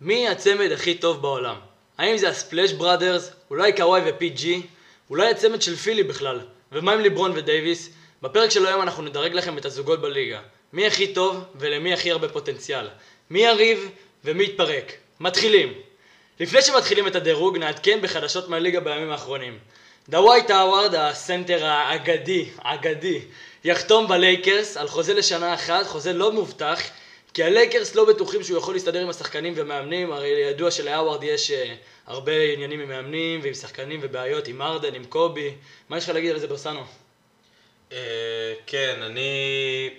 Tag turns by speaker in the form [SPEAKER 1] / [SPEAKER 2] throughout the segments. [SPEAKER 1] מי הצמד הכי טוב בעולם? האם זה הספלאש בראדרס? אולי קוואי ופי.ג'י? אולי הצמד של פילי בכלל? ומה עם ליברון ודייוויס? בפרק של היום אנחנו נדרג לכם את הזוגות בליגה. מי הכי טוב ולמי הכי הרבה פוטנציאל. מי יריב ומי יתפרק. מתחילים. לפני שמתחילים את הדירוג, נעדכן בחדשות מהליגה בימים האחרונים. דווייט האווארד, הסנטר האגדי, האגדי, יחתום בלייקרס על חוזה לשנה אחת, חוזה לא מובטח, כי הלייקרס לא בטוחים שהוא יכול להסתדר עם השחקנים ומאמנים, הרי ידוע שלהאווארד יש אה, הרבה עניינים עם מאמנים ועם שחקנים ובעיות עם ארדן, עם קובי. מה יש לך להגיד על זה ברסנו?
[SPEAKER 2] אה, כן, אני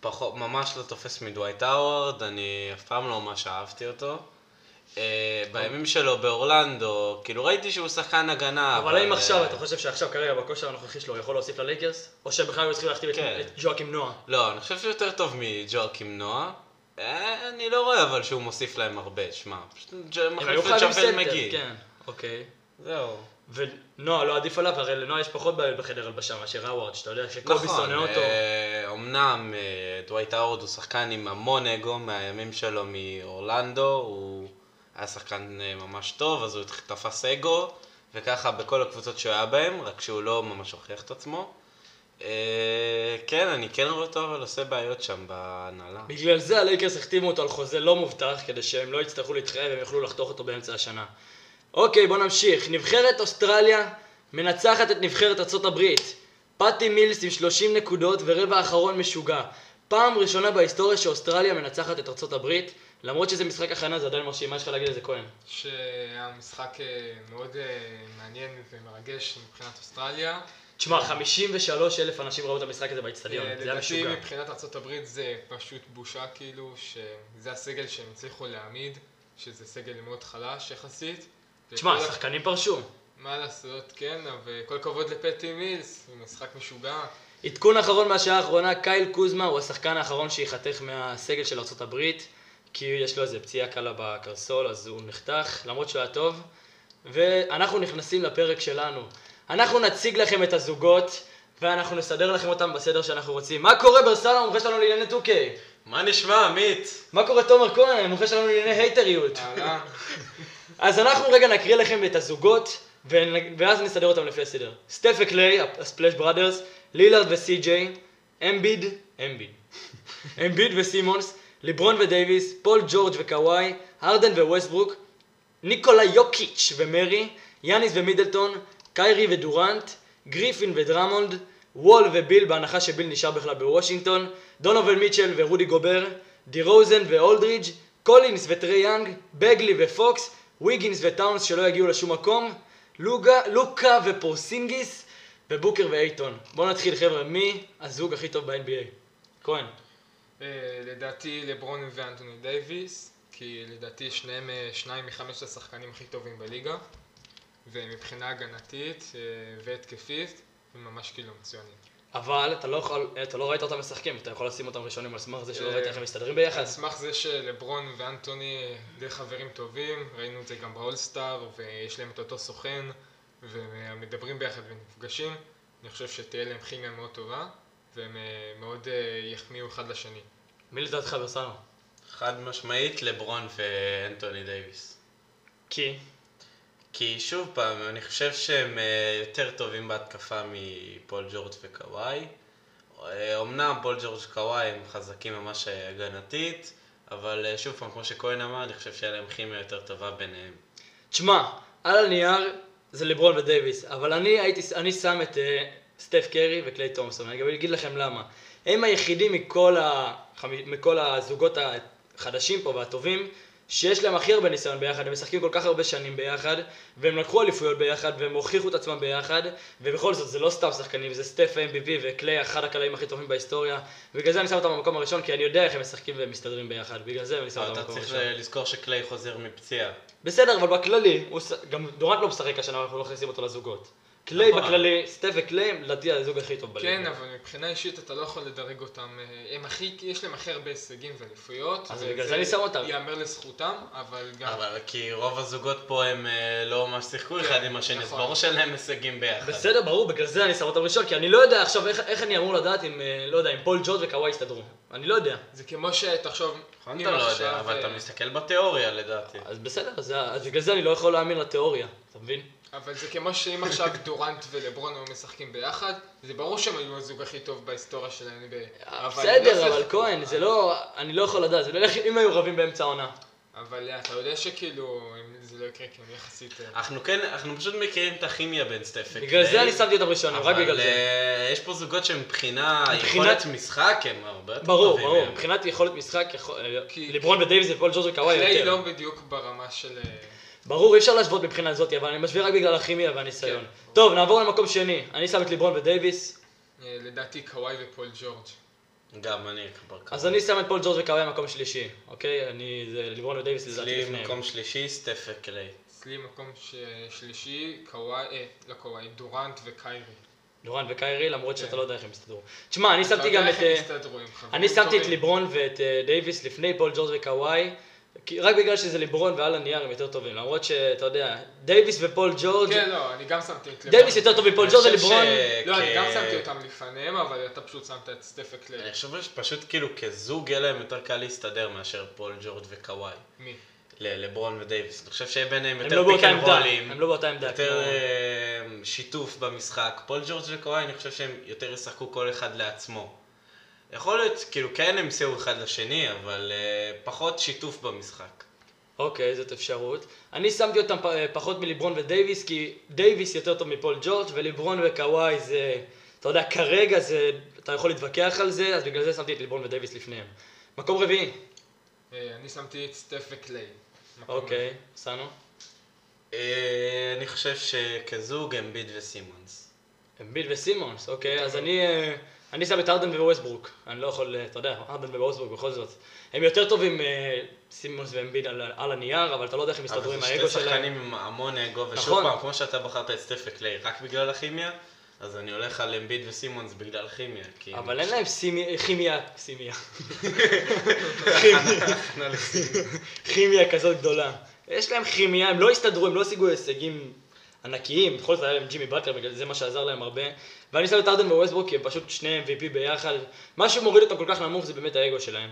[SPEAKER 2] פחות, ממש לא תופס מדווייט האוורד, אני אף פעם לא ממש אהבתי אותו. אה, בימים שלו באורלנדו, כאילו ראיתי שהוא שחקן הגנה.
[SPEAKER 1] אבל האם
[SPEAKER 2] אה,
[SPEAKER 1] עכשיו, אתה חושב שעכשיו כרגע בכושר הנוכחי שלו הוא יכול להוסיף ללייקרס? או שבכלל היו צריכים להכתיב את-
[SPEAKER 2] כן.
[SPEAKER 1] את ג'ואקים נועה?
[SPEAKER 2] לא, אני חושב שהוא יותר טוב מג'ואקים נועה. אה, אני לא רואה אבל שהוא מוסיף להם הרבה, שמע. פשוט ג'-
[SPEAKER 1] הם
[SPEAKER 2] מחליף
[SPEAKER 1] היו
[SPEAKER 2] את
[SPEAKER 1] חייבים
[SPEAKER 2] שפל
[SPEAKER 1] סנטר,
[SPEAKER 2] מגיל.
[SPEAKER 1] כן, אוקיי.
[SPEAKER 2] זהו.
[SPEAKER 1] ונועה לא עדיף עליו, הרי לנועה יש פחות בעיות בחדר הלבשה מאשר האווארד, שאתה יודע שקובי
[SPEAKER 2] נכון,
[SPEAKER 1] שונא אותו.
[SPEAKER 2] אה, אמנם אה, דווייט האוורד הוא שחקן עם המון אגו מהימים שלו מאורלנדו, הוא היה שחקן אה, ממש טוב, אז הוא תפס אגו, וככה בכל הקבוצות שהוא היה בהם, רק שהוא לא ממש הוכיח את עצמו. אה, כן, אני כן רואה אותו, אבל עושה בעיות שם בהנהלה.
[SPEAKER 1] בגלל זה הלייקרס החתימו אותו על חוזה לא מובטח, כדי שהם לא יצטרכו להתחייב והם יוכלו לחתוך אותו באמצע השנה. אוקיי, בוא נמשיך. נבחרת אוסטרליה מנצחת את נבחרת ארצות הברית. פאטי מילס עם 30 נקודות ורבע אחרון משוגע. פעם ראשונה בהיסטוריה שאוסטרליה מנצחת את ארצות הברית, למרות שזה משחק הכנה זה עדיין מרשים, מה יש לך להגיד על זה כהן?
[SPEAKER 3] שהיה משחק אה, מאוד אה, מעניין ומרגש מבחינת אוסטרליה.
[SPEAKER 1] תשמע, 53 אלף אנשים ראו את המשחק הזה באצטדיון,
[SPEAKER 3] אה,
[SPEAKER 1] זה היה משוגע.
[SPEAKER 3] לדעתי מבחינת ארה"ב זה פשוט בושה כאילו, שזה הסגל שהם הצליחו להעמיד, שזה סגל מאוד חלש יחסית.
[SPEAKER 1] תשמע,
[SPEAKER 3] וכל הכ-
[SPEAKER 1] השחקנים פרשו.
[SPEAKER 3] מה לעשות, כן, אבל כל כבוד לפטי מילס, הוא משחק משוגע.
[SPEAKER 1] עדכון אחרון מהשעה האחרונה, קייל קוזמה הוא השחקן האחרון שייחתך מהסגל של ארה"ב כי יש לו איזה פציעה קלה בקרסול אז הוא נחתך למרות שהוא היה טוב ואנחנו נכנסים לפרק שלנו אנחנו נציג לכם את הזוגות ואנחנו נסדר לכם אותם בסדר שאנחנו רוצים מה קורה ברסלו המומחה שלנו לענייני 2K?
[SPEAKER 2] מה נשמע, עמית?
[SPEAKER 1] מה קורה תומר כהן המומחה שלנו לענייני הייטריות?
[SPEAKER 3] אהלן.
[SPEAKER 1] אז אנחנו רגע נקריא לכם את הזוגות, ונ- ואז נסדר אותם לפי הסדר. סטף וקליי, הספלאש בראדרס, לילארד וסי.ג'יי, אמביד, אמביד, אמביד וסימונס, ליברון ודייוויס, פול ג'ורג' וקוואי, הרדן וווסטברוק, ניקולה יוקיץ' ומרי, יאניס ומידלטון, קיירי ודורנט, גריפין ודרמונד, וול וביל בהנחה שביל נשאר בכלל בוושינגטון, דונובל מיטשל ורודי גובר, די רוזן ואולדרידג', קולינס וטרי יאנג, בגלי ופוקס, ויגינס וטאונס שלא יגיעו לשום מקום, לוגה, לוקה ופורסינגיס, ובוקר ואייטון. בואו נתחיל חבר'ה, מי הזוג הכי טוב ב-NBA? כהן.
[SPEAKER 3] אה, לדעתי לברון ואנטוני דייוויס, כי לדעתי שניהם אה, שניים מחמשת השחקנים הכי טובים בליגה, ומבחינה הגנתית אה, והתקפית, הם ממש כאילו מצוינים.
[SPEAKER 1] אבל אתה לא יכול, אתה לא ראית אותם משחקים, אתה יכול לשים אותם ראשונים על סמך זה שלא ראית איך הם מסתדרים ביחד.
[SPEAKER 3] על סמך זה שלברון ואנטוני אה, די חברים טובים, ראינו את זה גם באולסטאר, ויש להם את אותו סוכן, והם מדברים ביחד ונפגשים, אני חושב שתהיה להם כימיה מאוד טובה, והם אה, מאוד אה, יחמיאו אחד לשני.
[SPEAKER 1] מי לדעתך ברסנו?
[SPEAKER 2] חד משמעית, לברון ואנטוני דייוויס.
[SPEAKER 1] כי?
[SPEAKER 2] כי שוב פעם, אני חושב שהם אה, יותר טובים בהתקפה מפול ג'ורג' וקוואי. אה, אומנם פול ג'ורג' וקוואי הם חזקים ממש אה, הגנתית, אבל אה, שוב פעם, כמו שכהן אמר, אני חושב שהיה להם כימיה יותר טובה ביניהם.
[SPEAKER 1] תשמע, על הנייר זה לברון ודייוויס, אבל אני הייתי, אני שם את אה, סטף קרי וקליי תומפסון, אני גם אגיד לכם למה. הם היחידים מכל, ה, חמי- מכל הזוגות החדשים פה והטובים, שיש להם הכי הרבה ניסיון ביחד, הם משחקים כל כך הרבה שנים ביחד, והם לקחו אליפויות ביחד, והם הוכיחו את עצמם ביחד, ובכל זאת זה לא סתם שחקנים, זה סטף ה-MVP וקליי אחד הקלעים הכי טובים בהיסטוריה, בגלל זה אני שם אותם במקום הראשון, כי אני יודע איך הם משחקים והם מסתדרים ביחד, בגלל זה אני שם אותם
[SPEAKER 3] לא
[SPEAKER 1] במקום
[SPEAKER 2] אתה
[SPEAKER 1] הראשון.
[SPEAKER 2] צריך אה, לזכור שקליי חוזר מפציעה.
[SPEAKER 1] בסדר, אבל בכללי, הוא ש... גם דורנט לא משחק השנה, אנחנו לא מכניסים אותו לזוגות. קליי
[SPEAKER 2] נכון.
[SPEAKER 1] בכללי, סטף וקליי הם לדעתי הזוג הכי טוב בליגה.
[SPEAKER 3] כן, אבל מבחינה אישית אתה לא יכול לדרג אותם, אה, הם הכי, יש להם הכי הרבה הישגים ואליפויות.
[SPEAKER 1] אז
[SPEAKER 3] וזה
[SPEAKER 1] בגלל זה אני שם אותם.
[SPEAKER 3] ייאמר לזכותם, אבל גם...
[SPEAKER 2] אבל כי רוב הזוגות פה הם אה, לא ממש שיחקו
[SPEAKER 3] כן,
[SPEAKER 2] אחד עם השני, אז
[SPEAKER 3] נכון.
[SPEAKER 2] ברור שאין להם הישגים ביחד.
[SPEAKER 1] בסדר, ברור, בגלל זה אני שם אותם ראשון, כי אני לא יודע עכשיו איך, איך אני אמור לדעת אם, אה, לא יודע, אם פול ג'ורג' וקוואי יסתדרו. אני לא יודע.
[SPEAKER 3] זה כמו שתחשוב,
[SPEAKER 2] נכון, אתה לא יודע, אבל
[SPEAKER 3] אה,
[SPEAKER 2] אתה מסתכל בתיאוריה לדעתי.
[SPEAKER 1] אז בסדר, אז, זה- אז בגלל זה אני לא יכול להאמין לתיאוריה, אתה מבין?
[SPEAKER 3] אבל זה כמו שאם עכשיו דורנט ולברון היו משחקים ביחד, זה ברור שהם היו הזוג הכי טוב בהיסטוריה של ה-NBA. אבל הם לא
[SPEAKER 1] בסדר, אבל
[SPEAKER 3] שיחקו.
[SPEAKER 1] כהן, זה לא, אני לא יכול לדעת, זה לא ילך אם היו רבים באמצע העונה.
[SPEAKER 3] אבל אה, אתה יודע שכאילו, אם זה לא יקרה, כי הם יחסית... אה,
[SPEAKER 2] אנחנו כן, אנחנו פשוט מכירים את הכימיה בין סטף וקליי.
[SPEAKER 1] בגלל זה אני שמתי אותם ראשון, רק בגלל
[SPEAKER 2] אבל
[SPEAKER 1] זה.
[SPEAKER 2] אה, יש פה זוגות שמבחינה
[SPEAKER 1] מבחינת-
[SPEAKER 2] יכולת משחק הם הרבה יותר
[SPEAKER 1] ברור,
[SPEAKER 2] טובים.
[SPEAKER 1] ברור,
[SPEAKER 2] מהם.
[SPEAKER 1] מבחינת יכולת משחק, יכול-
[SPEAKER 3] אה.
[SPEAKER 1] אה,
[SPEAKER 3] כי-
[SPEAKER 1] לברון ודייוויס ופול ג'ורג' וקוואי
[SPEAKER 3] קליי
[SPEAKER 1] יותר.
[SPEAKER 3] לא בדיוק ברמה של... אה,
[SPEAKER 1] ברור, אי אפשר להשוות מבחינה זאת, אבל אני משווה רק בגלל הכימיה והניסיון.
[SPEAKER 3] כן.
[SPEAKER 1] טוב, נעבור למקום שני. אני שם את לברון ודייוויס,
[SPEAKER 3] אה, לדעתי קוואי ופול ג'ורג'.
[SPEAKER 2] גם אני כבר כמה.
[SPEAKER 1] אז אני שם את פול ג'ורג' וקוואי במקום שלישי, אוקיי? אני, זה לברון ודייוויס לדעתי
[SPEAKER 2] אצלי
[SPEAKER 1] לפניהם.
[SPEAKER 2] מקום שלישי, סטף וקליי.
[SPEAKER 3] אצלי מקום ש- שלישי, קוואי, אה, לא קוואי, דורנט וקיירי.
[SPEAKER 1] דורן וקיירי, למרות שאתה
[SPEAKER 3] כן.
[SPEAKER 1] לא יודע איך הם יסתדרו. תשמע, אני שמתי
[SPEAKER 3] אתה יודע
[SPEAKER 1] גם
[SPEAKER 3] איך
[SPEAKER 1] את...
[SPEAKER 3] הם
[SPEAKER 1] אה,
[SPEAKER 3] הסתדרו, הם חברים
[SPEAKER 1] אני שמתי את
[SPEAKER 3] טובים.
[SPEAKER 1] ליברון ואת אה, דייוויס לפני פול ג'ורג' וקוואי, כי- רק בגלל שזה ליברון ועל הנייר הם יותר טובים, למרות שאתה יודע, דייוויס ופול ג'ורג',
[SPEAKER 3] כן, לא, אני גם שמתי את ליברון.
[SPEAKER 1] דייוויס יותר טוב מפול ג'ורג'
[SPEAKER 2] אני חושב
[SPEAKER 1] וליברון,
[SPEAKER 2] ש-
[SPEAKER 3] לא, אני
[SPEAKER 2] כ-
[SPEAKER 3] גם
[SPEAKER 1] אה,
[SPEAKER 3] שמתי אותם לפניהם, אבל אתה פשוט שמת את סטפה
[SPEAKER 2] אני
[SPEAKER 3] קליי.
[SPEAKER 2] חושב שפשוט כאילו כזוג יהיה להם יותר קל להסתדר מאשר פול ג'ורד וקוואי.
[SPEAKER 1] אה.
[SPEAKER 3] מי?
[SPEAKER 2] ל- לברון ודייוויס. אני חושב שיהיה ביניהם
[SPEAKER 1] הם
[SPEAKER 2] יותר
[SPEAKER 1] לא
[SPEAKER 2] פיק
[SPEAKER 1] באותה
[SPEAKER 2] אנד
[SPEAKER 1] עמדה,
[SPEAKER 2] רולים,
[SPEAKER 1] הם לא באותה עמדה,
[SPEAKER 2] יותר
[SPEAKER 1] כמו-
[SPEAKER 2] אה, שיתוף במשחק. פול ג'ורג' וקוואי, אני חושב שהם יותר ישחקו כל אחד לעצמו. יכול להיות, כאילו כן הם ימסרו אחד לשני, אבל אה, פחות שיתוף במשחק.
[SPEAKER 1] אוקיי, זאת אפשרות. אני שמתי אותם פ- אה, פחות מליברון ודייוויס, כי דייוויס יותר טוב מפול ג'ורג' וליברון וקוואי זה, אתה יודע, כרגע זה, אתה יכול להתווכח על זה, אז בגלל זה שמתי את ליברון ודייוויס לפניהם. מקום רביעי,
[SPEAKER 3] אה, אני שמתי את סטפה קליי. מקום
[SPEAKER 1] אוקיי, סנו.
[SPEAKER 2] אה, אני חושב שכזוג אמביד וסימונס.
[SPEAKER 1] אמביד וסימונס, אוקיי, אז אני, אה, אני שם את ארדן וווסטברוק, אני לא יכול, אה, אתה יודע, ארדן וווסטברוק בכל זאת. הם יותר טובים אה, סימונס ואמביד על, על הנייר, אבל אתה לא יודע איך הם יסתדרו
[SPEAKER 2] אבל
[SPEAKER 1] עם
[SPEAKER 2] זה
[SPEAKER 1] האגו
[SPEAKER 2] שתי
[SPEAKER 1] שלהם.
[SPEAKER 2] שחקנים עם המון אגו, ושוב
[SPEAKER 1] נכון.
[SPEAKER 2] פעם, כמו שאתה בחרת את סטף וקליי רק בגלל הכימיה, אז אני הולך על אמביד וסימונס בגלל כימיה. כי-
[SPEAKER 1] אבל אין להם סימי, כימיה, סימיה,
[SPEAKER 2] הכנה לסימון.
[SPEAKER 1] כימיה כזאת גדולה. יש להם כימיה, הם לא הסתדרו, הם לא השיגו הישגים ענקיים, בכל זאת היה להם ג'ימי באטלר, בגלל זה מה שעזר להם הרבה. ואני שם את ארדן וווסטברוק כי הם פשוט שני MVP ביחד. מה שמוריד אותם כל כך נמוך זה באמת האגו שלהם.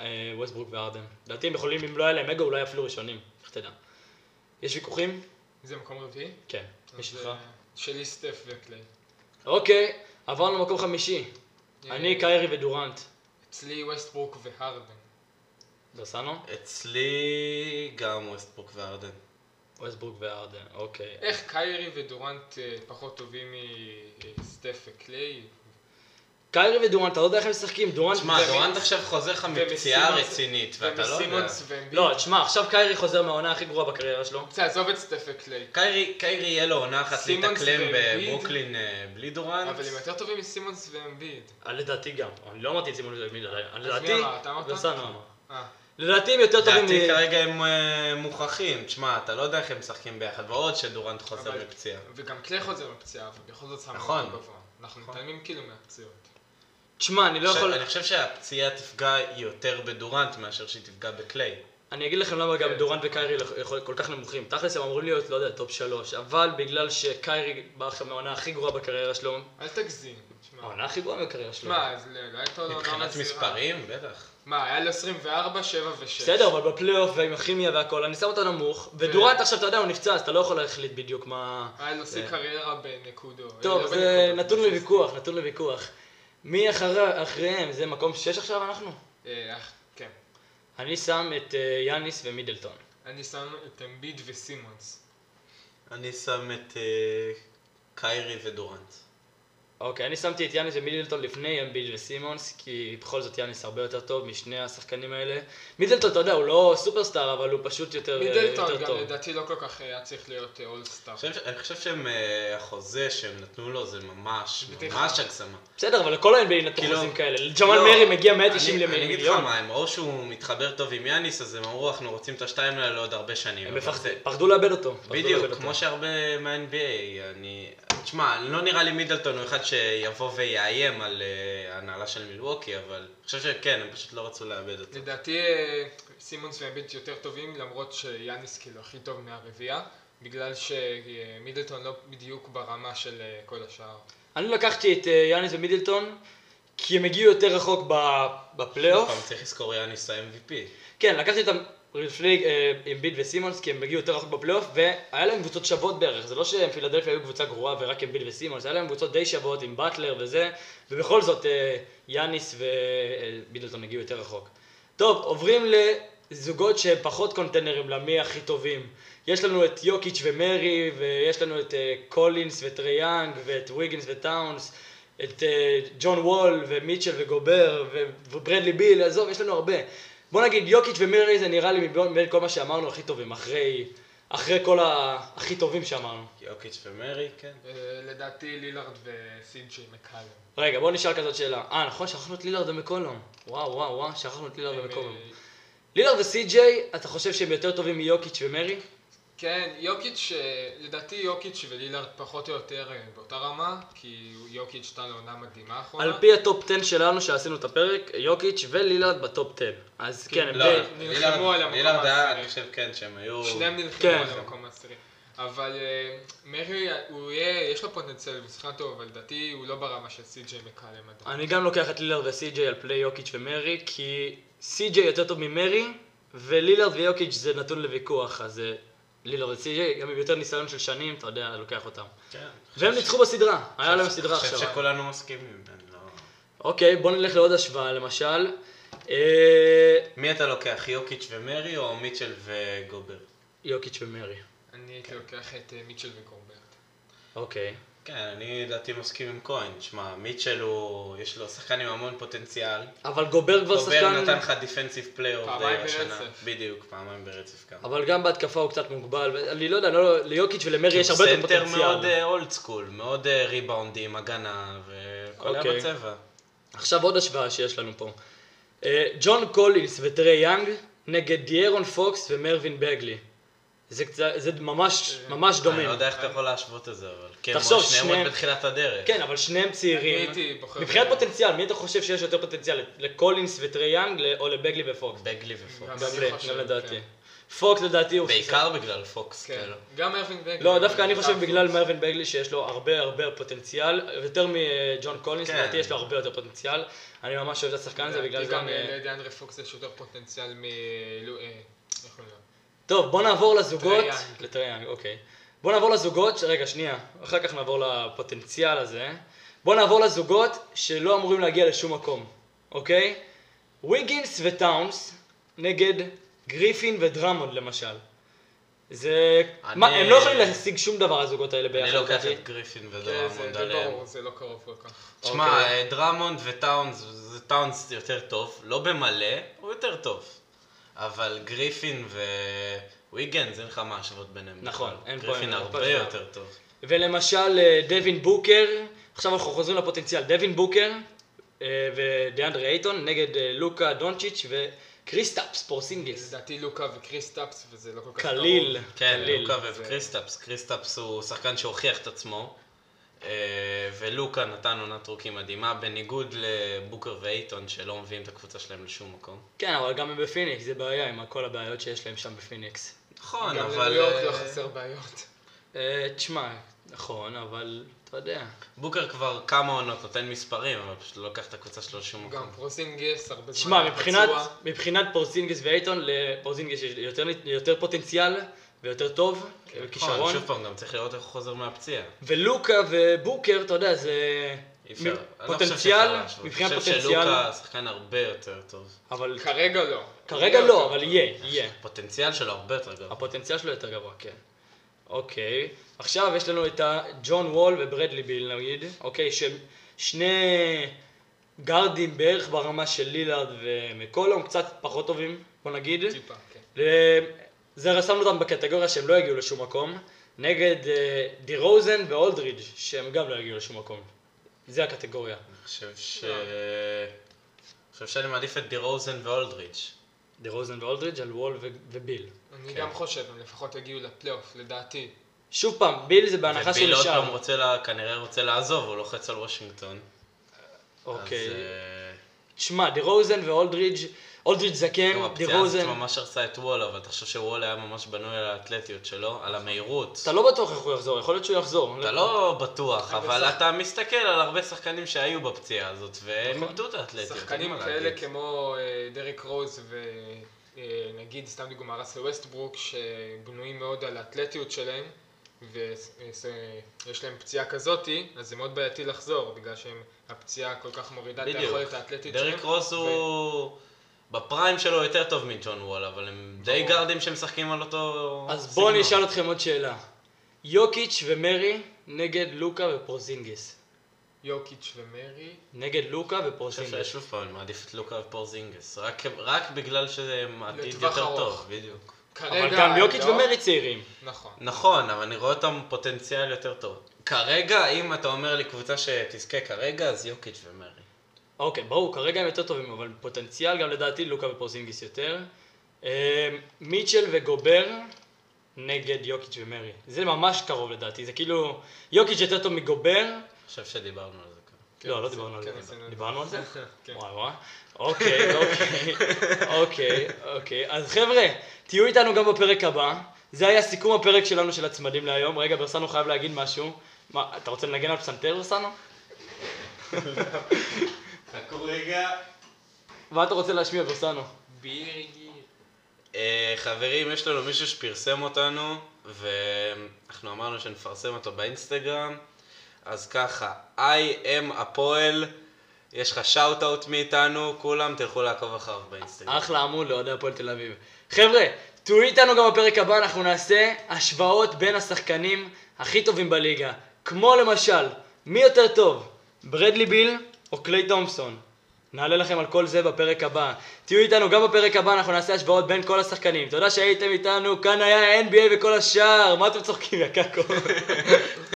[SPEAKER 1] אה, ווסטברוק וארדן. לדעתי הם יכולים, אם לא היה להם אגו, אולי אפילו ראשונים, איך תדע. יש ויכוחים?
[SPEAKER 3] זה מקום רביעי?
[SPEAKER 1] כן.
[SPEAKER 3] אז,
[SPEAKER 1] מי שלך?
[SPEAKER 3] אה, שלי סטף וקליי.
[SPEAKER 1] אוקיי, עברנו למקום חמישי. אני,
[SPEAKER 3] אה,
[SPEAKER 1] קיירי ודורנט.
[SPEAKER 3] אצלי ווסטברוק והרדן.
[SPEAKER 1] דרסנו?
[SPEAKER 2] אצלי גם ווסטבורק וארדן.
[SPEAKER 1] ווסטברוק וארדן, אוקיי.
[SPEAKER 3] איך קיירי ודורנט אה, פחות טובים אה, מסטף וקליי?
[SPEAKER 1] קיירי ודורנט, אתה לא יודע איך הם משחקים, דורנט...
[SPEAKER 2] תשמע,
[SPEAKER 3] ומס-
[SPEAKER 2] דורנט עכשיו חוזר לך מפציעה
[SPEAKER 3] ומסימונס-
[SPEAKER 2] רצינית, ואתה לא יודע.
[SPEAKER 3] ומסימונס ואמביד?
[SPEAKER 1] לא, תשמע, עכשיו קיירי חוזר מהעונה הכי גרועה בקריירה שלו.
[SPEAKER 3] בסדר, עזוב את סטף וקליי.
[SPEAKER 2] קיירי קיירי יהיה לו עונה אחת
[SPEAKER 3] סימונס
[SPEAKER 2] להתאקלם
[SPEAKER 3] ואמביד.
[SPEAKER 2] בברוקלין אה, בלי דורנט.
[SPEAKER 3] אבל הם יותר טובים מסימונס ואמביד.
[SPEAKER 1] אה, לדעתי גם, אני לא אמרתי את סימון לוי, לדעתי,
[SPEAKER 3] אז מי אמר? אתה אמרת?
[SPEAKER 1] וסנו אמר.
[SPEAKER 3] אה,
[SPEAKER 1] לדעתי הם יותר טובים,
[SPEAKER 2] לדעתי
[SPEAKER 1] מ-
[SPEAKER 2] כרגע הם אה, מוכחים. תשמע, אתה לא יודע איך הם משחקים ביחד, ועוד שדורנט חוזר
[SPEAKER 3] אבל-
[SPEAKER 2] מפציעה.
[SPEAKER 3] וגם קליי חוזר מפציעה, אבל בכל זאת שמנו
[SPEAKER 2] נכון.
[SPEAKER 3] אותו גבוה. אנחנו מתעלמים כאילו מהפציעות.
[SPEAKER 1] תשמע, אני לא יכול,
[SPEAKER 2] אני חושב שהפציעה תפגע יותר בדורנט מאשר שהיא תפגע בקליי.
[SPEAKER 1] אני אגיד לכם למה גם
[SPEAKER 3] כן.
[SPEAKER 1] דורן וקיירי לח- יכול- כל כך נמוכים. תכלס הם אמורים להיות, לא יודע, טופ שלוש, אבל בגלל שקיירי בא עכשיו מהעונה הכי גרועה בקריירה שלו,
[SPEAKER 3] אל תגזים. תשמע.
[SPEAKER 1] העונה הכי גרועה בקריירה שלו.
[SPEAKER 3] מה, אז לא לא הייתה לו עונה
[SPEAKER 2] מבחינת
[SPEAKER 3] מזהירה.
[SPEAKER 2] מספרים, בטח.
[SPEAKER 3] מה, היה לו 24, 7 ו-6.
[SPEAKER 1] בסדר, אבל בפלייאוף ועם הכימיה והכל, אני שם אותה נמוך, ודורנט עכשיו, אתה יודע, הוא נפצע, אז אתה לא יכול להחליט בדיוק מה...
[SPEAKER 3] היה לו שיא
[SPEAKER 1] זה-
[SPEAKER 3] קריירה בנקודו.
[SPEAKER 1] טוב,
[SPEAKER 3] לא
[SPEAKER 1] זה
[SPEAKER 3] בנקודות,
[SPEAKER 1] נתון
[SPEAKER 3] בשש.
[SPEAKER 1] לוויכוח, נתון לוויכוח. מי אחרי- אחריהם? זה מקום שש עכשיו אנחנו?
[SPEAKER 3] אה, אח- כן.
[SPEAKER 1] אני שם את אה, יאניס ומידלטון.
[SPEAKER 3] אני שם את אמביד וסימונס.
[SPEAKER 2] אני שם את אה, קיירי ודורנט.
[SPEAKER 1] אוקיי, אני שמתי את יאניס ומידלטון לפני אמביד וסימונס, כי בכל זאת יאניס הרבה יותר טוב משני השחקנים האלה. מידלטון, אתה יודע, הוא לא סופרסטאר, אבל הוא פשוט יותר, אה,
[SPEAKER 3] מידלטון
[SPEAKER 1] יותר
[SPEAKER 3] גם
[SPEAKER 1] טוב.
[SPEAKER 3] לדעתי לא כל כך היה צריך להיות אה, אולסטאר.
[SPEAKER 2] אני חושב- אני חושב שהחוזה שהם נתנו לו זה ממש,
[SPEAKER 3] בדיחה.
[SPEAKER 2] ממש הגזמה.
[SPEAKER 1] בסדר, אבל לכל ה-NBA נתנו
[SPEAKER 2] כאילו-
[SPEAKER 1] חוזים כאלה. ג'מאל
[SPEAKER 2] לא,
[SPEAKER 1] מרי מגיע 190
[SPEAKER 2] אני- אני אגיד לך
[SPEAKER 1] למיליון.
[SPEAKER 2] מה, הם ראו שהוא מתחבר טוב עם יאניס, אז הם אמרו, אנחנו רוצים את השתיים האלה לעוד הרבה שנים.
[SPEAKER 1] הם
[SPEAKER 2] אבל
[SPEAKER 1] מפחד-
[SPEAKER 2] זה-
[SPEAKER 1] פחדו לאבד אותו. פחדו לאבד
[SPEAKER 2] בדיוק,
[SPEAKER 1] אותו.
[SPEAKER 2] כמו שהרבה מה-NBA, אני... תשמע, לא נראה לי מידלטון הוא אחד שיבוא ויאיים על אה, ההנהלה של מילווקי, אבל אני חושב שכן, הם פשוט לא רצו לאבד אותו.
[SPEAKER 3] לדעתי אה, סימונס ואמביט יותר טובים, למרות שיאניס כאילו הכי טוב מהרביעייה, בגלל שמידלטון לא בדיוק ברמה של אה, כל השאר.
[SPEAKER 1] אני לקחתי את אה, יאניס ומידלטון, כי הם הגיעו יותר רחוק ב- בפלייאוף.
[SPEAKER 2] פעם צריך לזכור יאניס ה-MVP.
[SPEAKER 1] כן, לקחתי אותם לפני אה, עם ביד וסימונס, כי הם הגיעו יותר רחוק בפלייאוף, והיה להם קבוצות שוות בערך. זה לא שפילדלפיה היו קבוצה גרועה ורק עם ביד וסימונס, היה להם קבוצות די שוות עם באטלר וזה, ובכל זאת אה, יאניס ובידלטון הגיעו יותר רחוק. טוב, עוברים לזוגות שהם פחות קונטנרים, למי הכי טובים. יש לנו את יוקיץ' ומרי, ויש לנו את אה, קולינס וטרייאנג, ואת ויגינס וטאונס, את אה, ג'ון וול ומיטשל וגובר ו- וברדלי ביל, עזוב, יש לנו הרבה. בוא נגיד יוקיץ' ומרי זה נראה לי מבין מבין כל מה שאמרנו הכי טובים, אחרי, אחרי כל ה... הכי טובים שאמרנו.
[SPEAKER 2] יוקיץ' ומרי, כן.
[SPEAKER 3] אה, לדעתי לילארד וסינג'י מקלם.
[SPEAKER 1] רגע, בוא נשאל כזאת שאלה. אה, נכון, שכחנו את לילארד ומקולום. וואו, וואו, וואו, שכחנו את לילארד ומקולום.
[SPEAKER 3] אה,
[SPEAKER 1] לילארד וסי.ג'יי, אתה חושב שהם יותר טובים מיוקיץ' ומרי?
[SPEAKER 3] כן, יוקיץ', אה, לדעתי יוקיץ' ולילארד פחות או יותר אה, באותה רמה, כי יוקיץ' נתן לו עונה מדהימה
[SPEAKER 1] על
[SPEAKER 3] האחרונה.
[SPEAKER 1] פי הטופ 10 שלנו שעשינו את הפרק, יוקיץ' ולילארד בטופ 10. אז כן, הם
[SPEAKER 2] לא,
[SPEAKER 1] די...
[SPEAKER 3] נלחמו
[SPEAKER 2] לילארד-
[SPEAKER 3] על המקום
[SPEAKER 2] לילארד היה,
[SPEAKER 3] העשירי.
[SPEAKER 2] אני חושב, כן, שהם היו...
[SPEAKER 3] שניהם נלחמו
[SPEAKER 1] כן.
[SPEAKER 3] על המקום העשירי. אבל אה, מרי, הוא יהיה, יש לו פוטנציאל, הוא שחקן טוב, אבל לדעתי הוא לא ברמה של סי.ג'יי מקלם עדיין.
[SPEAKER 1] אני גם לוקח את לילארד וסי.ג'יי על פני יוקיץ' ומרי, כי סי.ג'יי יותר טוב ממרי, ולילארד ויוקיץ' זה נתון לוויכוח, אז אה, לילארד וסי.ג'יי, גם עם יותר ניסיון של שנים, אתה יודע, לוקח אותם.
[SPEAKER 2] כן.
[SPEAKER 1] והם ניצחו בסדרה, היה להם
[SPEAKER 2] חושב-
[SPEAKER 1] סדרה
[SPEAKER 2] חושב
[SPEAKER 1] עכשיו.
[SPEAKER 2] שכולנו מסכימים, אני לא...
[SPEAKER 1] אוקיי, בוא נלך לעוד השוואה, למשל. אה,
[SPEAKER 2] מי אתה לוקח, יוקיץ' ומרי או מיטשל וגובר?
[SPEAKER 1] יוקיץ' ומרי.
[SPEAKER 3] אני הייתי לוקח את אה, מיטשל וגורברט.
[SPEAKER 1] אוקיי.
[SPEAKER 2] כן, אני לדעתי מסכים עם כהן. שמע, מיטשל הוא, יש לו שחקן עם המון פוטנציאל.
[SPEAKER 1] אבל גובר כבר
[SPEAKER 2] גובר נתן
[SPEAKER 1] שחקן,
[SPEAKER 2] לך דיפנסיב פלייאוף
[SPEAKER 3] פעמיים
[SPEAKER 2] השנה.
[SPEAKER 3] ברצף.
[SPEAKER 2] בדיוק, פעמיים ברצף גם.
[SPEAKER 1] אבל גם בהתקפה הוא קצת מוגבל. אני לא יודע, לא- ליוקיץ' ולמרי יש הרבה יותר
[SPEAKER 2] סנטר מאוד אה,
[SPEAKER 1] פוטנציאל.
[SPEAKER 2] אולד סקול, מאוד אה, ריבאונדים, הגנה, וכל היה
[SPEAKER 1] אוקיי.
[SPEAKER 2] בצבע.
[SPEAKER 1] עכשיו עוד השוואה שיש לנו פה. אה, ג'ון קולינס וטרי יאנג נגד דיירון פוקס ומרווין בגלי. זה קצת- זה ממש
[SPEAKER 3] אה,
[SPEAKER 1] ממש
[SPEAKER 2] אני
[SPEAKER 1] דומים.
[SPEAKER 2] לא יודע איך אתה יכול להשוות את זה, אבל... כן,
[SPEAKER 1] תחשוב,
[SPEAKER 2] שניהם
[SPEAKER 1] שניהם-
[SPEAKER 2] עוד בתחילת הדרך.
[SPEAKER 1] כן, אבל שניהם צעירים.
[SPEAKER 3] אני הייתי בוחר...
[SPEAKER 1] מבחינת
[SPEAKER 3] ב-
[SPEAKER 1] פוטנציאל, מי אתה חושב שיש יותר פוטנציאל? לקולינס וטרי יאנג ל- או לבגלי ופוקס?
[SPEAKER 2] בגלי ופוקס.
[SPEAKER 3] גם
[SPEAKER 1] גם
[SPEAKER 3] אני
[SPEAKER 1] ל-
[SPEAKER 3] חושב,
[SPEAKER 1] גם לדעתי.
[SPEAKER 3] כן.
[SPEAKER 1] פוקס לדעתי הוא...
[SPEAKER 2] בעיקר בגלל פוקס,
[SPEAKER 3] כן.
[SPEAKER 2] כאילו.
[SPEAKER 3] גם ארווין בגלי.
[SPEAKER 1] לא, דווקא אני חושב
[SPEAKER 3] גם
[SPEAKER 1] בגלל
[SPEAKER 3] אה, פוקס.
[SPEAKER 1] מרווין בגלי שיש לו הרבה הרבה פוטנציאל, יותר מג'ון קולינס,
[SPEAKER 2] כן.
[SPEAKER 1] לדעתי יש לו הרבה יותר פוטנציאל. אני ממש אוהב את השחקן הזה, בגלל זה...
[SPEAKER 3] לדעתי גם
[SPEAKER 1] אני-
[SPEAKER 3] אה, לדיאנדרה פוקס יש יותר פוטנציאל מ... לו- אה, איך קוראים לו?
[SPEAKER 1] טוב, בוא נעבור לזוגות.
[SPEAKER 3] לטריאנג.
[SPEAKER 1] לטריאנג, אוקיי. בוא נעבור לזוגות, רגע, שנייה, אחר כך נעבור לפוטנציאל הזה. בוא נעבור לזוגות שלא אמורים להגיע לשום מקום, אוקיי? ויגינס וטאונס נגד גריפין ודרמונד למשל. זה...
[SPEAKER 2] אני-
[SPEAKER 1] מה, הם לא יכולים להשיג שום דבר הזוגות האלה ביחד. אוקיי?
[SPEAKER 2] אני לוקח
[SPEAKER 1] לדעתי.
[SPEAKER 2] את גריפין
[SPEAKER 3] כן, זה
[SPEAKER 2] ודרמונד
[SPEAKER 3] זה
[SPEAKER 2] עליהם.
[SPEAKER 3] ברור, זה לא קרוב כל כך.
[SPEAKER 2] תשמע,
[SPEAKER 1] אוקיי.
[SPEAKER 2] אה, דרמונד וטאונס, זה טאונס יותר טוב, לא במלא, הוא יותר טוב. אבל גריפין וויגנד, אין לך מה להשוות ביניהם.
[SPEAKER 1] נכון,
[SPEAKER 2] בכלל.
[SPEAKER 1] אין פה-
[SPEAKER 2] גריפין
[SPEAKER 1] אין פה
[SPEAKER 2] הרבה
[SPEAKER 1] השוואה.
[SPEAKER 2] יותר טוב.
[SPEAKER 1] ולמשל אה, דווין בוקר, עכשיו אנחנו חוזרים לפוטנציאל, דווין בוקר אה, ודיאנדרי אייטון נגד אה, לוקה דונצ'יץ' וקריסטאפס פורסינגיס.
[SPEAKER 3] לדעתי לוקה וקריסטאפס, וזה לא כל כך קרוב.
[SPEAKER 1] קליל.
[SPEAKER 2] כן,
[SPEAKER 1] קליל.
[SPEAKER 2] לוקה
[SPEAKER 3] זה-
[SPEAKER 2] וקריסטפס. קריסטפס הוא שחקן שהוכיח את עצמו, אה, ולוקה נתן עונת רוקי מדהימה, בניגוד לבוקר ואייטון, שלא מביאים את הקבוצה שלהם לשום מקום.
[SPEAKER 1] כן, אבל גם הם בפיניקס, זה בעיה עם כל הבעיות שיש להם שם בפיניקס.
[SPEAKER 2] נכון,
[SPEAKER 3] גם
[SPEAKER 2] אבל...
[SPEAKER 3] לניו יורק לא
[SPEAKER 2] אה,
[SPEAKER 3] חסר בעיות.
[SPEAKER 1] אה, תשמע, נכון, אבל אתה יודע.
[SPEAKER 2] בוקר כבר כמה עונות נותן מספרים, אבל פשוט לא לוקח את הקבוצה שלו לשום מקום.
[SPEAKER 3] גם פרוסינגס, הרבה זמן.
[SPEAKER 1] תשמע,
[SPEAKER 3] היה
[SPEAKER 1] מבחינת,
[SPEAKER 3] פצוע.
[SPEAKER 1] מבחינת פורסינגיס ואייטון, לפורסינגיס יש יותר, יותר פוטנציאל ויותר טוב,
[SPEAKER 2] נכון,
[SPEAKER 1] כישרון.
[SPEAKER 2] שוב פעם, גם צריך לראות איך הוא חוזר מהפציעה.
[SPEAKER 1] ולוקה ובוקר, אתה יודע, זה
[SPEAKER 2] אי אפשר.
[SPEAKER 1] מ-
[SPEAKER 2] אני לא חושב שאפשר
[SPEAKER 1] פוטנציאל,
[SPEAKER 2] להשוות.
[SPEAKER 1] מבחינת
[SPEAKER 2] אני חושב
[SPEAKER 1] פוטנציאל,
[SPEAKER 2] שלוקה כן, שחקן הרבה יותר טוב.
[SPEAKER 1] אבל
[SPEAKER 3] כרגע לא.
[SPEAKER 1] כרגע
[SPEAKER 3] הוא
[SPEAKER 1] לא,
[SPEAKER 3] יותר
[SPEAKER 1] אבל
[SPEAKER 3] טוב.
[SPEAKER 1] יהיה, יהיה.
[SPEAKER 2] הפוטנציאל שלו הרבה יותר גבוה.
[SPEAKER 1] הפוטנציאל שלו יותר גבוה, כן. אוקיי. עכשיו יש לנו את ג'ון וול וברדלי ביל נגיד, אוקיי, שהם שני גארדים בערך ברמה של לילארד ומקולום, קצת פחות טובים, בוא נגיד.
[SPEAKER 3] טיפה, כן.
[SPEAKER 1] ל- זה רשמנו אותם בקטגוריה שהם לא יגיעו לשום מקום, נגד אה, די רוזן ואולדרידג' שהם גם לא יגיעו לשום מקום. זה הקטגוריה.
[SPEAKER 2] אני חושב ש... אני חושב שאני מעדיף את די רוזן ואולדריץ'.
[SPEAKER 1] די רוזן ואולדרידג' על וול ו- וביל.
[SPEAKER 3] אני
[SPEAKER 2] כן.
[SPEAKER 3] גם חושב, הם לפחות יגיעו לפלייאוף, לדעתי.
[SPEAKER 1] שוב פעם, ביל זה בהנחה
[SPEAKER 2] וביל
[SPEAKER 1] שהוא
[SPEAKER 2] עוד פעם
[SPEAKER 1] נשאר.
[SPEAKER 2] רוצה, לה- כנראה רוצה לעזוב, הוא לוחץ על וושינגטון.
[SPEAKER 1] אוקיי.
[SPEAKER 2] אז, אה,
[SPEAKER 1] שמע, די רוזן ואולדרידג', אולדרידג' זקן,
[SPEAKER 2] גם
[SPEAKER 1] די
[SPEAKER 2] הפציעה הזאת
[SPEAKER 1] רוזן.
[SPEAKER 2] ממש הרסה את וול, אבל אתה חושב שוול היה ממש בנוי על האתלטיות שלו, על המהירות.
[SPEAKER 1] אתה לא בטוח איך הוא יחזור, יכול להיות שהוא יחזור.
[SPEAKER 2] אתה לא בטוח,
[SPEAKER 3] אבל
[SPEAKER 2] אבל
[SPEAKER 3] שח-
[SPEAKER 2] אתה מסתכל על הרבה שחקנים שהיו בפציעה הזאת, והם
[SPEAKER 1] נכון.
[SPEAKER 2] איבדו את האתלטיות. אין
[SPEAKER 3] שחקנים
[SPEAKER 2] מה
[SPEAKER 3] כאלה
[SPEAKER 2] כן, להגיד.
[SPEAKER 3] כמו אה, דרק רוז ונגיד, סתם דוגמא, ראסל ווסטברוק, שבנויים מאוד על האתלטיות שלהם, ויש אה, להם פציעה כזאתי, אז זה מאוד בעייתי לחזור, בגלל שהפציעה כל כך מורידה את
[SPEAKER 2] בדיוק.
[SPEAKER 3] היכולת האתלטית שלהם.
[SPEAKER 2] דרק רוס
[SPEAKER 3] ו-
[SPEAKER 2] הוא... בפריים שלו יותר טוב מג'ון וול, אבל הם די
[SPEAKER 3] ברור.
[SPEAKER 2] גארדים שמשחקים על אותו
[SPEAKER 1] אז בואו
[SPEAKER 2] לא.
[SPEAKER 1] אני אשאל אתכם עוד שאלה. יוקיץ' ומרי נגד לוקה ופרוזינגיס.
[SPEAKER 3] יוקיץ' ומרי.
[SPEAKER 1] נגד לוקה
[SPEAKER 2] אני חושב
[SPEAKER 1] ופרוזינגיס.
[SPEAKER 2] ששוב פעם, אני מעדיף את לוקה ופורזינגס, רק, רק בגלל שזה עתיד
[SPEAKER 3] לטווח
[SPEAKER 2] יותר
[SPEAKER 3] ארוך.
[SPEAKER 2] טוב, בדיוק.
[SPEAKER 1] אבל
[SPEAKER 3] כרגע
[SPEAKER 1] גם יוקיץ'
[SPEAKER 3] לא.
[SPEAKER 1] ומרי צעירים.
[SPEAKER 3] נכון.
[SPEAKER 2] נכון, אבל אני רואה אותם פוטנציאל יותר טוב. כרגע, אם אתה אומר לי קבוצה שתזכה כרגע, אז יוקיץ' ומרי.
[SPEAKER 1] אוקיי, ברור, כרגע הם יותר טובים, אבל פוטנציאל גם לדעתי לוקה ופרוזינגיס יותר. אה, מיטשל וגובר נגד יוקיץ' ומרי. זה ממש קרוב לדעתי, זה כאילו... יוקיץ' יותר טוב מגובר.
[SPEAKER 2] אני חושב שדיברנו על זה כבר.
[SPEAKER 1] לא, לא
[SPEAKER 3] זה-
[SPEAKER 1] דיברנו על
[SPEAKER 3] כן,
[SPEAKER 1] זה.
[SPEAKER 3] עשינו את
[SPEAKER 1] דיברנו על זה?
[SPEAKER 3] כן.
[SPEAKER 1] וואי וואי. אוקיי, אוקיי, אוקיי, אוקיי. אז חבר'ה, תהיו איתנו גם בפרק הבא. זה היה סיכום הפרק שלנו של הצמדים להיום. רגע, ברסנו חייב להגיד משהו. מה, אתה רוצה לנגן על פסנתר, ברסנו?
[SPEAKER 2] חכו רגע.
[SPEAKER 1] מה אתה רוצה להשמיע, ברסנו?
[SPEAKER 3] בירגי.
[SPEAKER 2] אה, חברים, יש לנו מישהו שפרסם אותנו, ואנחנו אמרנו שנפרסם אותו באינסטגרם. אז ככה, I am הפועל, יש לך שאוט אאוט מאיתנו, כולם תלכו לעקוב אחריו באינסטגרם.
[SPEAKER 1] אחלה עמוד לאוהדי הפועל תל אביב. חבר'ה, תהיו איתנו גם בפרק הבא, אנחנו נעשה השוואות בין השחקנים הכי טובים בליגה. כמו למשל, מי יותר טוב, ברדלי ביל או קליי תומפסון? נעלה לכם על כל זה בפרק הבא. תהיו איתנו גם בפרק הבא, אנחנו נעשה השוואות בין כל השחקנים. תודה שהייתם איתנו, כאן היה NBA וכל השאר. מה אתם צוחקים, יא קקו?